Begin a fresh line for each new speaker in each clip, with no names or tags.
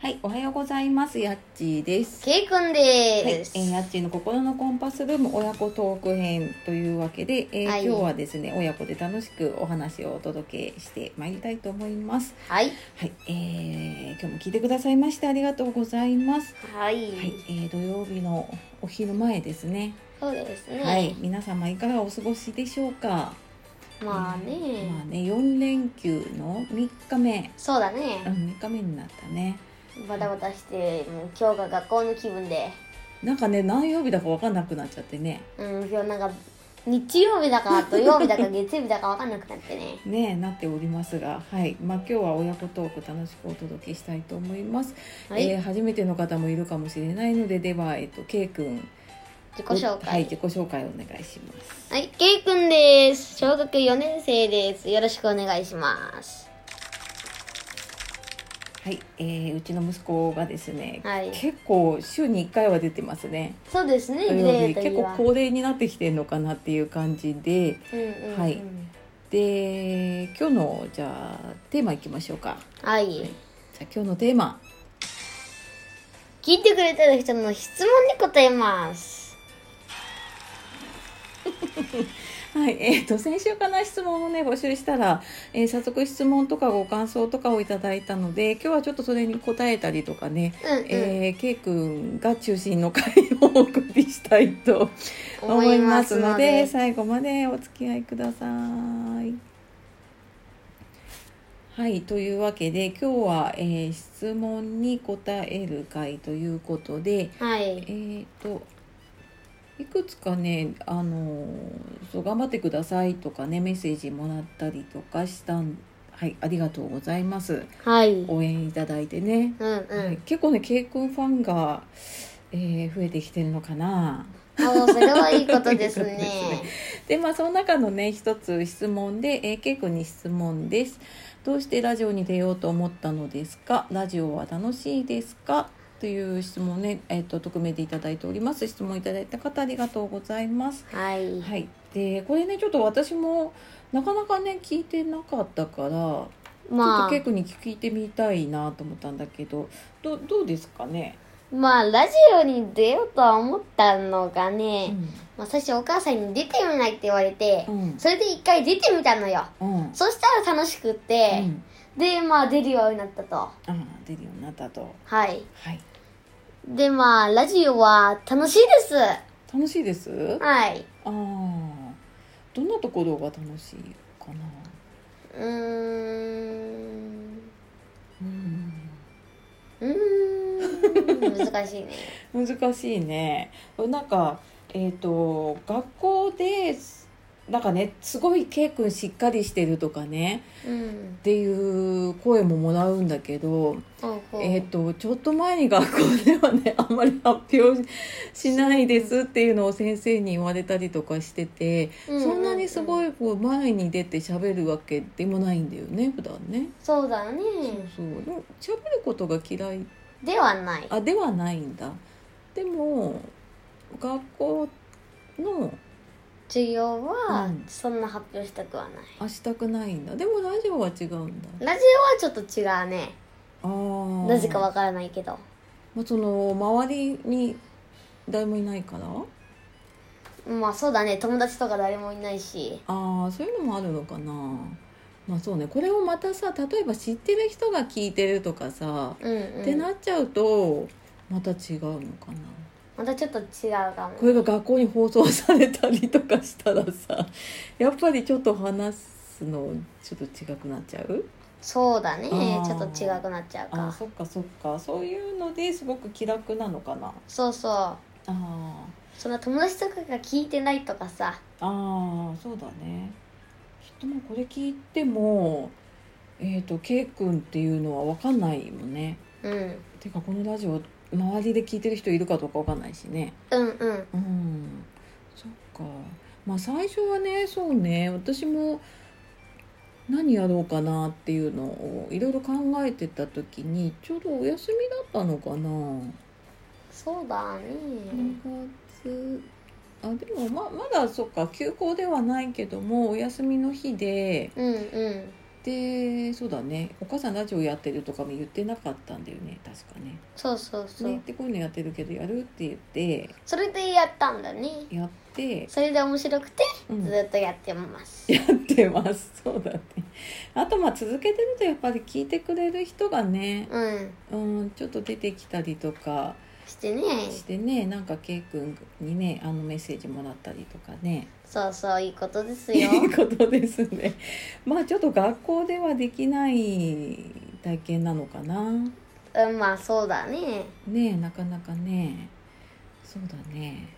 はい、おはようございます。やっちーです。
ケイくん
はい、え
です。
ー、やっちーの心のコンパスルーム親子トーク編というわけで、えー
はい
今日はですね、親子で楽しくお話をお届けしてまいりたいと思います。
はい。
はい、えー、今日も聞いてくださいましてありがとうございます。
はい。
はい、えー、土曜日のお昼前ですね。
そうですね。
はい、皆様いかがお過ごしでしょうか。
まあね、
まあね、四連休の三日目、
そうだ
う
ね。
ん、三日目になったね。
バタバタして、もう今日が学校の気分で。
なんかね、何曜日だかわかんなくなっちゃってね。
うん、今日なんか、日曜日だか土曜日だか月曜日だかわかんなくなって ね。
ねえなっておりますが、はい、まあ今日は親子トーク楽しくお届けしたいと思います。
はい。
えー初めての方もいるかもしれないので、ではえっと K 君
自己紹
はい
介。
自己紹介お願いします。
はい、ケイくんです。小学4年生です。よろしくお願いします。
はい、えーうちの息子がですね、
はい
結構週に一回は出てますね。
そうですね、
土曜日
データ
結
に
構
は。
高齢になってきてるのかなっていう感じで、
うんうんうん
はいで今日のじゃあテーマいきましょうか。
はい。
じゃあ今日のテーマ。
聞いてくれてる人の質問に答えます。
はい、えー、と先週かな質問をね募集したら、えー早速質問とかご感想とかをいただいたので今日はちょっとそれに答えたりとかね、
うんうん。
えー、K 君が中心の回をお送りしたいと思いますので最後までお付き合いください。はいというわけで今日は、えー質問に答える回ということで、
はい。
えー、といくつかね、あのーそう「頑張ってください」とかねメッセージもらったりとかしたんはいありがとうございます
はい。うん
応援いただいてね、
う
はい
ん。、
結構ね K 君ファンが、えー増えてきてるのかな
あ、それはいいことです
いいことです
ね
ね。でまあその中のね一つ質問で、えー、K 君に質問ですどうしてラジオに出ようと思ったのですかラジオは楽しいですかという質問ね、えー、と匿名でいただいております質問いただいた方ありがとうございます
はい。
はいでこれねちょっと私もなかなかね聞いてなかったからちょっ
ま
と
あ、
ケイ君に聞いてみたいなと思ったんだけどどどうですかね、
まあ、ラジオに出ようとは思ったのがね、まあ、最初お母さんに出てみないって言われて、
うん
それで一回出てみたのよ。
うんうん
そしたら楽しくって、で、まあ、出るようになったと。
あー出るようになったと
はい。
はい
で、まあ、ラジオは楽しいです。
楽しいです
はい。
ああどんなところが楽しいかな
うーん。
うん
う ーん。難しいね。
難しいねなんかえっ、と学校でなんかねすごい K 君しっかりしてるとかね
うん
っ。ていう声ももらうんだけど、
ほうほう
えっとちょっと前に学校ではね あんまり発表しないですっていうのを先生に言われたりとかしてて、
ううう
そんなにすごいこう前に出て喋るわけでもないんだよね普段ね。
そうだね
そうでも喋ることが嫌い
ではない
あではないんだでも学校の
授業は
うん
そんな発表したくはない、
あしたくないんだでもラジオは違うんだ
ラジオはちょっと違うね
あー
なぜかわからないけど
まあ、その周りに誰もいないから
まあそうだね友達とか誰もいないし
ああそういうのもあるのかなまあそうねこれをまたさ例えば知ってる人が聞いてるとかさ、
うん、うん、
ってなっちゃうとまた違うのかな
またちょっと違うか
こ
も
れが学校に放送されたりとかしたらさやっぱりちょっと話すのちょっと違くなっちゃう
そうだね
あー
ちょっと違くなっちゃう
あ
か
そっかそっかそういうのですごく気楽なのかな
そうそう
あ
そんな友達とかが聞いてないとかさ
ーあーそうだねきっともうこれ聞いてもえっ、ー、と K 君っていうのは分かんないもんね
うん
てかこのラジオ周りで聞いてる人いるかどうか分かんないしね
うんうん
うんそっかまあ最初はねそうね私も何やろうかなっていうのをいろいろ考えてた時にちょうどお休みだったのかな
そうだね
5月あでもままだそっか休校ではないけどもお休みの日で
うんうん
でそうだねお母さんラジオやってるとかも言ってなかったんだよね確かね
そうそうそう、
ねでこういうのやってるけどやるって言って
それでやったんだね
やって
それで面白くて
うん
ずっとやってます、
やってますそうだねあとまあ続けてるとやっぱり聞いてくれる人がね
うん、
うんちょっと出てきたりとか
してね
してねなんか K 君にねあのメッセージもらったりとかね
そうそういいことで す
い
よ
いことですねまあちょっと学校ではできない体験なのかな
うんまあそうだね
ねえなかなかねそうだね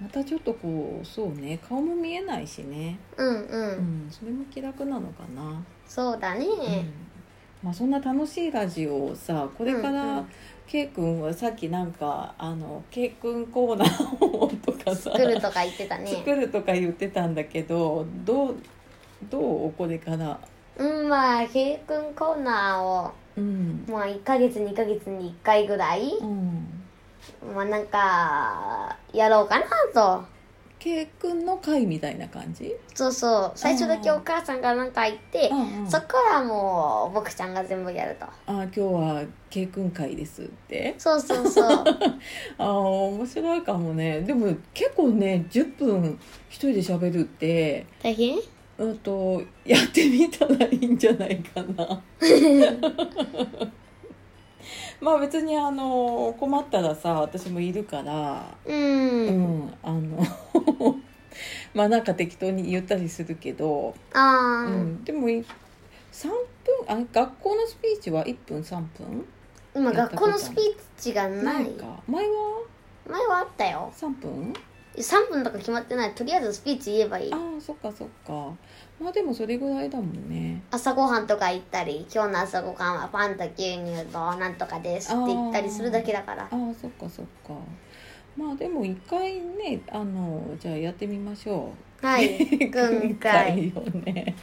またちょっとこうそうね顔も見えないしね、
うんうん、
うん、それも気楽なのかな、
そうだね、
うんまあ、そんな楽しいラジオをさこれか
うんう
ら
ん
K 君はさっきなんかあの K 君コーナーをとかさ
作るとか言ってた ね
作るとか言ってたんだけどどうどうこれから、
うんまあケイ君コーナーを
うん
まあ1ヶ月2ヶ月に1回ぐらい、
うん、
まあなんかやろうかなと
K 君の会みたいな感じ、
そうそう最初だけお母さんがなんか言って、
うんうん
そこからもう僕ちゃんが全部やると
あ今日は K 君会ですって
そうそうそう
あー面白いかもねでも結構ね10分一人で喋るって
大変
うんとやってみたらいいんじゃないかなまあ別にあの困ったらさ私もいるから
うん、
うんあの まあなんか適当に言ったりするけど、う
ああ、
ん、でもい3分あ学校のスピーチは1分3分
今
やった
学
ことな
校
い
のスピーチがない
ないか前は
前はあったよ
3分
3分とか決まってないとりあえずスピーチ言えばいい
ああそっかそっかまあでもそれぐらいだもんね
朝ごはんとか行ったり今日の朝ごはんはパンと牛乳となんとかですって言ったりするだけだから
ああそっかそっかまあでも一回ねあのじゃあやってみましょ
は
う
い 軍会
会をね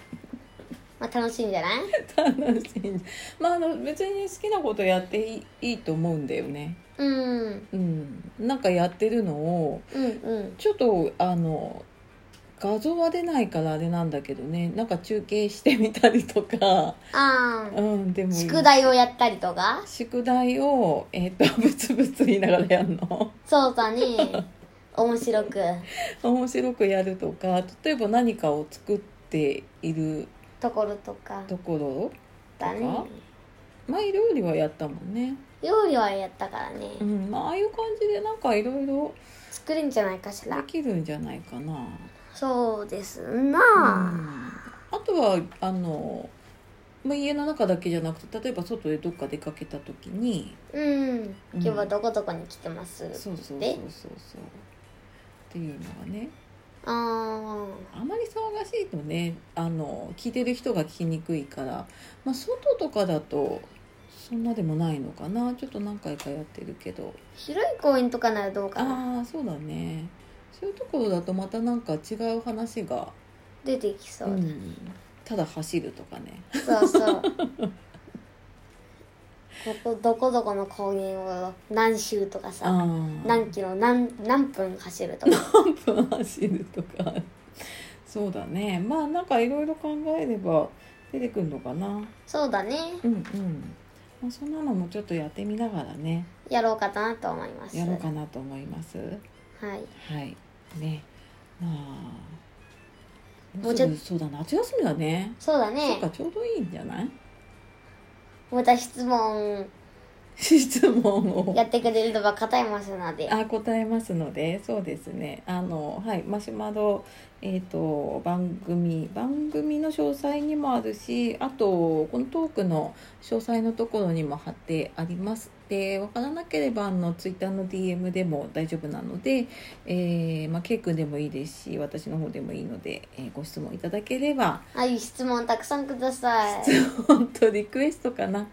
まあ楽しいんじゃない
楽しいまああの別に好きなことやっていいいいと思うんだよね
うん
うんなんかやってるのを
うんうん
ちょっとあの画像は出ないからあれなんだけどねなんか中継してみたりとか
ああ
うんでもいい
宿題をやったりとか
宿題をえっ、と ブツブツ言いながらやるの
そうだね面白く
面白くやるとか例えば何かを作っている
ところとか
ところ
だね
とか前料理はやったもんね、
料理はやったからね
うんまあ、ああいう感じでなんかいろいろ
作るんじゃないかし
で
ら
きるんじゃないかな、
そうです
うん
な
あとはあのまあ家の中だけじゃなくて例えば外でどっか出かけた時に
うん今日はどこどこに来てます
そうそうそうそう
で
そうっていうのがね
ああ
あまり騒がしいとねあの聞いてる人が聞きにくいから、まあ、外とかだとそんなでもないのかなちょっと何回かやってるけど
広い公園とかならどうかな
ああそうだねそういうところだとまたなんか違う話が、
出てきそうだ、
うんただ走るとかね
そ うそう。ここどこどこの公園を何周とかさ、何
何
キロ何何分走るとか。
分走るとかそうだねまあなんかいろいろ考えれば出てくるのかな
そうだね。
うんうん、まあ、そんなのもちょっとやってみながらね
やろうかなと思います。
やろうかなと思います。
はい。
はい。ね。まあ。も
も
う
う
ち
ち
ょ
ょ
っとそうだ夏休みだね。
そうだ
そう
ね
か。ちょうどいいんじゃない？
また質問
質問を
やってくれれば答えますので。
あ答えますので、そうですね。あのはいマシュマロえっ、と番組番組の詳細にもあるし、あとこのトークの詳細のところにも貼ってあります。でわからなければあのツイッターの DM でも大丈夫なので、えーまあ、K 君でもいいですし私の方でもいいので、えーご質問いただければ
はい、質問たくさんください。
本当リクエストかな、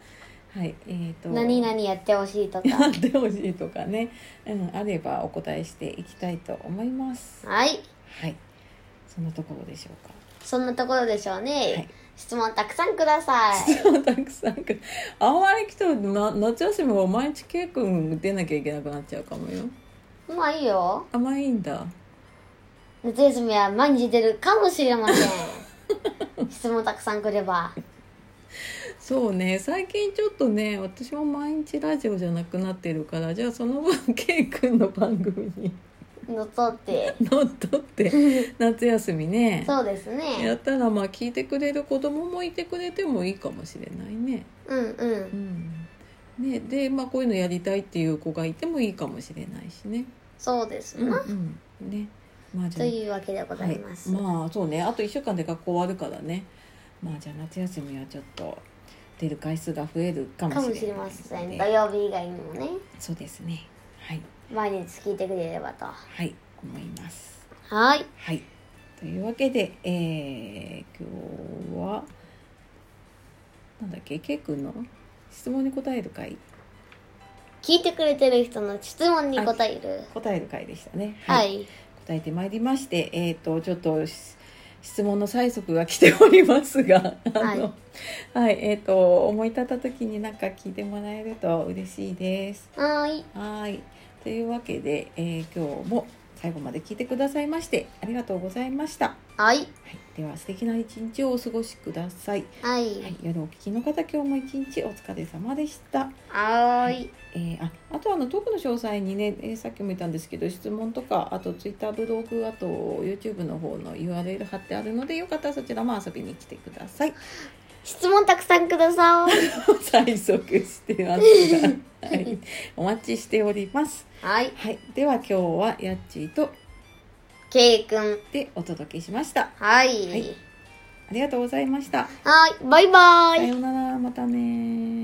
はいえー、と
何々やってほしいと か。
やってほしいとかね、うん、あればお答えしていきたいと思います。
はい。
はいそんなところでしょうか。
そんなところでしょうね。
はい
質問たくさんくださ い。
質問たくさん来るあんまり来たらな夏休みは毎日 K 君出なきゃいけなくなっちゃうかもよ。
まあいいよ。
甘いいんだ。
夏休みは毎日出るかもしれません質問たくさん来れば
そうね最近ちょっとね私も毎日ラジオじゃなくなってるからじゃあその分 K 君の番組に
のとって
乗っ取って夏休みね
そうです
や
ね
ったらまあ聞いてくれる子供もいてくれてもいいかもしれないね。
うんう
うんんね、で、まあ、こういうのやりたいっていう子がいてもいいかもしれないしね。
そうです
うん
な、
うん、ね、まあ、じ
と
ゃあ
いうわけでございます、
はい、まあそうねあと1週間で学校終わるからねまあじゃあ夏休みはちょっと出る回数が増えるかも
かも
し
し
れ
れ
ない
ま
ので
せん土曜日以外にもね
そうですねはい
毎日聞いてくれればと
はい思います
はい
はいというわけで、えー、今日はなんだっけ K 君の質問に答える回
聞いてくれてる人の質問に答える
答える回でしたね
はい、
答えてまいりまして、えー、とちょっとし質問の催促が来ておりますがあの、
は
はいいえー、と思い立った時になんか聞いてもらえると嬉しいです。
はーい
はいというわけで、えー今日も最後まで聞いてくださいましてありがとうございました。は
はい
い、では素敵な一日をお過ごしください。
はい
はい、夜お聞きの方今日も一日お疲れ様でした。
はーい
えーああとあのトークの詳細にね、えーさっきも言ったんですけど質問とかあとツイッターブログあと YouTube の方の URL 貼ってあるのでよかったらそちらも遊びに来てください
質問たくさんください
催促してますが、はい、お待ちしております、
はい
はい、では今日はやっちーと
K 君
でお届けしました
はい
はいありがとうございました
はいバイバイ
さようならまたね